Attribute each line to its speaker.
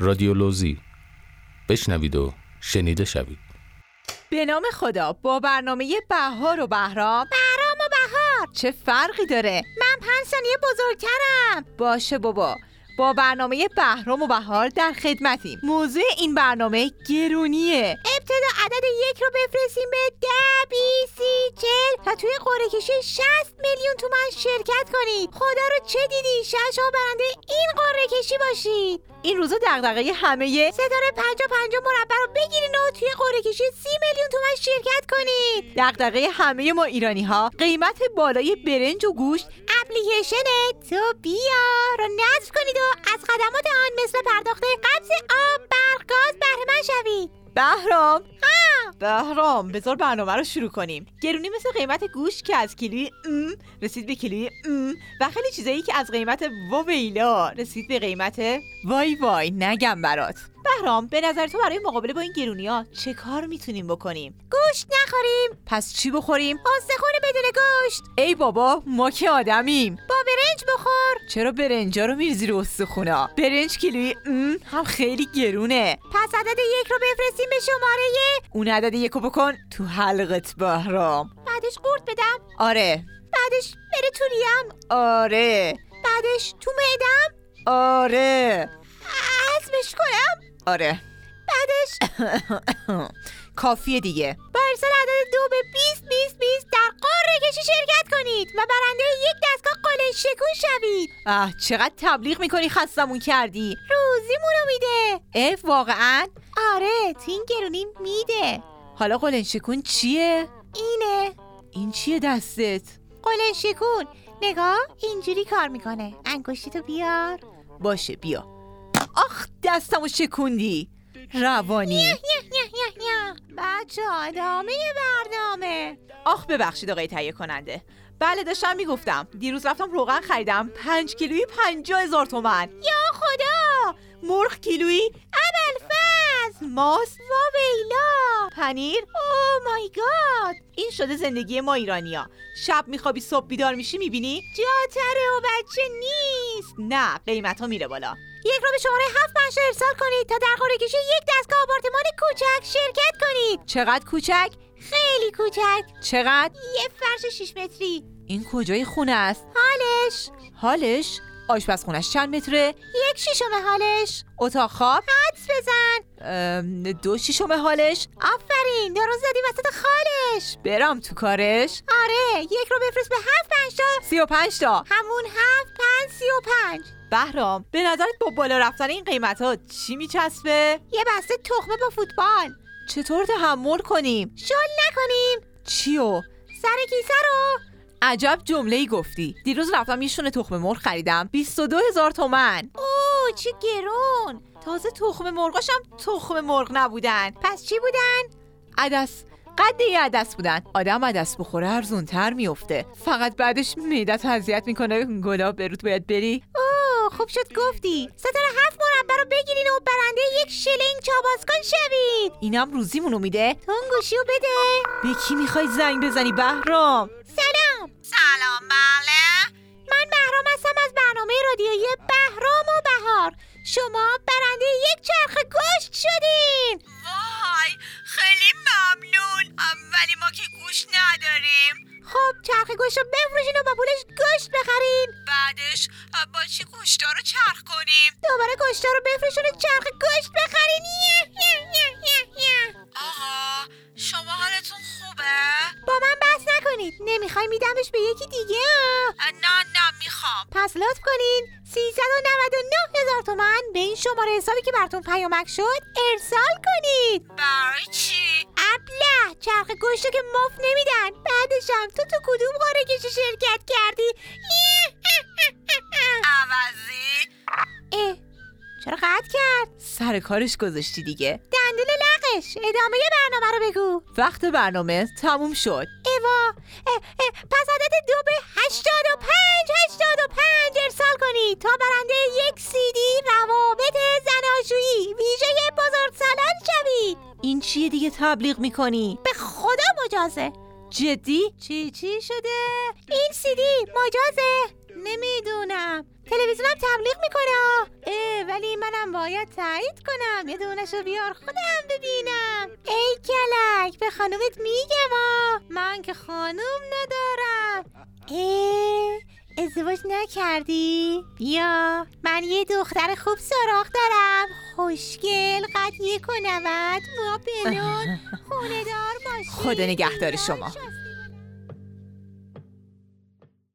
Speaker 1: رادیولوژی بشنوید و شنیده شوید
Speaker 2: به نام خدا با برنامه بهار و بهرام
Speaker 3: برام و بهار
Speaker 2: چه فرقی داره
Speaker 3: من پنج ثانیه بزرگترم
Speaker 2: باشه بابا با برنامه بهرام و بهار در خدمتیم موضوع این برنامه گرونیه
Speaker 3: ابتدا عدد یک رو بفرستیم به ده بی سی چل و توی قرعه کشی شست میلیون تومن شرکت کنید خدا رو چه دیدی شش برنده این قرعه کشی باشید
Speaker 2: این روزا دغدغه همه
Speaker 3: ستاره پنجا پنجا مربع رو بگیرین و توی قرعه کشی سی میلیون تومن شرکت کنید
Speaker 2: دغدغه همه ما ایرانی ها قیمت بالای برنج و گوشت
Speaker 3: اپلیکیشن تو بیا رو نصب کنید و از خدمات آن مثل پرداخت قبض آب برق گاز بهره شوید
Speaker 2: بهرام
Speaker 3: ها
Speaker 2: بهرام بذار برنامه رو شروع کنیم گرونی مثل قیمت گوشت که از کیلوی ام رسید به کیلوی ام و خیلی چیزایی که از قیمت وویلا رسید به قیمت وای وای نگم برات بهرام به نظر تو برای مقابله با این گرونی ها چه کار میتونیم بکنیم
Speaker 3: گوشت نخوریم
Speaker 2: پس چی بخوریم
Speaker 3: استخون بدون گوشت
Speaker 2: ای بابا ما که آدمیم
Speaker 3: با برنج بخور
Speaker 2: چرا برنجا رو میریزی رو استخونا برنج کیلوی ام هم خیلی گرونه
Speaker 3: پس عدد یک رو بفرستیم به شماره
Speaker 2: اون عدد یک رو بکن تو حلقت بهرام
Speaker 3: بعدش قورت بدم
Speaker 2: آره
Speaker 3: بعدش بره تو ریم
Speaker 2: آره
Speaker 3: بعدش تو معدم
Speaker 2: آره
Speaker 3: عزمش کنم
Speaker 2: آره
Speaker 3: بعدش
Speaker 2: کافیه دیگه
Speaker 3: با ارسال عدد دو به 20 20 20 در قاره کشی شرکت کنید و برنده یک دستگاه قله شکون شوید
Speaker 2: اه چقدر تبلیغ میکنی خستمون کردی
Speaker 3: روزیمون رو میده
Speaker 2: اف واقعا
Speaker 3: آره تو این گرونی میده
Speaker 2: حالا قلن شکون چیه؟
Speaker 3: اینه
Speaker 2: این چیه دستت؟
Speaker 3: قلن شکون نگاه اینجوری کار میکنه انگشتی تو بیار
Speaker 2: باشه بیا آخ دستمو شکوندی روانی
Speaker 3: بچه ادامه برنامه
Speaker 2: آخ ببخشید آقای تهیه کننده بله داشتم میگفتم دیروز رفتم روغن خریدم پنج کیلویی پنجا هزار تومن
Speaker 3: یا خدا
Speaker 2: مرغ کیلویی
Speaker 3: ابلفز
Speaker 2: ماست
Speaker 3: و ویلا
Speaker 2: پنیر
Speaker 3: او مای گاد
Speaker 2: این شده زندگی ما ایرانیا شب میخوابی صبح بیدار میشی میبینی
Speaker 3: جاتره و بچه نیست
Speaker 2: نه قیمت ها میره بالا
Speaker 3: یک رو به شماره هفت پنج ارسال کنید تا در قرعه کشی یک دستگاه آپارتمان کوچک شرکت کنید
Speaker 2: چقدر کوچک
Speaker 3: خیلی کوچک
Speaker 2: چقدر
Speaker 3: یه فرش 6 متری
Speaker 2: این کجای خونه است
Speaker 3: حالش
Speaker 2: حالش آشپزخونش چند متره
Speaker 3: یک شیشم حالش
Speaker 2: اتاق خواب
Speaker 3: حدس
Speaker 2: بزن دو شیشم حالش
Speaker 3: آفرین درست زدی وسط خالش
Speaker 2: برام تو کارش
Speaker 3: آره یک رو بفرست به هفت پنج تا
Speaker 2: سی و پنج تا
Speaker 3: همون هفت پنج سی و پنج
Speaker 2: بهرام به نظرت با بالا رفتن این قیمت ها چی میچسبه؟
Speaker 3: یه بسته تخمه با فوتبال
Speaker 2: چطور تحمل کنیم؟
Speaker 3: شل نکنیم
Speaker 2: چیو؟
Speaker 3: سر کیسه رو؟
Speaker 2: عجب جمله ای گفتی دیروز رفتم یه شونه تخم مرغ خریدم 22 هزار تومن
Speaker 3: اوه چه گرون
Speaker 2: تازه تخم مرغاشم تخم مرغ نبودن
Speaker 3: پس چی بودن؟
Speaker 2: عدس قد یه عدس بودن آدم عدس بخوره ارزونتر میفته فقط بعدش میدت اذیت میکنه گلاب برود باید بری
Speaker 3: اوه خوب شد گفتی ستاره هفت مربع رو بگیرین و برنده یک شلنگ چابازکن شوید
Speaker 2: اینم روزیمونو میده
Speaker 3: تون گوشیو بده
Speaker 2: به کی میخوای زنگ بزنی بهرام
Speaker 3: سلام
Speaker 4: سلام بله
Speaker 3: من بهرام هستم از برنامه رادیویی بهرام و بهار شما برنده یک چرخ گوشت شدین
Speaker 4: وای خیلی ممنون ولی ما که گوشت نداریم
Speaker 3: خب چرخ گوشت رو بفروشین و با پولش گوشت بخرین
Speaker 4: بعدش با چی گوشتا رو چرخ کنیم
Speaker 3: دوباره گوشتا رو بفروشین و چرخ گوشت بخرین یه یه یه یه
Speaker 4: آقا شما حالتون خوبه؟
Speaker 3: با من بحث نکنید نمیخوای میدمش به یکی دیگه
Speaker 4: نه نه میخوام
Speaker 3: پس لطف کنین 399 هزار تومن به این شماره حسابی که براتون پیامک شد ارسال کنید
Speaker 4: برای چی؟
Speaker 3: ابله چرخ گوشت که مفت نمیدن بعدش هم تو تو کدوم قاره کشی شرکت کردی
Speaker 4: عوضی
Speaker 3: اه چرا قطع کرد؟
Speaker 2: سر کارش گذاشتی دیگه
Speaker 3: دندون لقش ادامه برنامه رو بگو
Speaker 2: وقت برنامه تموم شد
Speaker 3: ایوا اه اه پس عدد دو به هشتاد و پنج هشتاد و پنج ارسال کنید تا برنده یک سیدی روابط زناشویی ویژه بزرگ سالان شوید
Speaker 2: این چیه دیگه تبلیغ میکنی؟
Speaker 3: به خدا مجازه
Speaker 2: جدی؟
Speaker 3: چی چی شده؟ این سیدی مجازه نمیدونم تلویزیونم تبلیغ میکنه اه ولی منم باید تایید کنم یه دونش رو بیار خودم ببینم ای کلک به خانومت میگم آ من که خانوم ندارم ای ازدواج نکردی؟ بیا من یه دختر خوب سراغ دارم خوشگل قد یک و نود ما بلون خونه دار باشه
Speaker 2: خدا نگهدار شما.
Speaker 3: شسته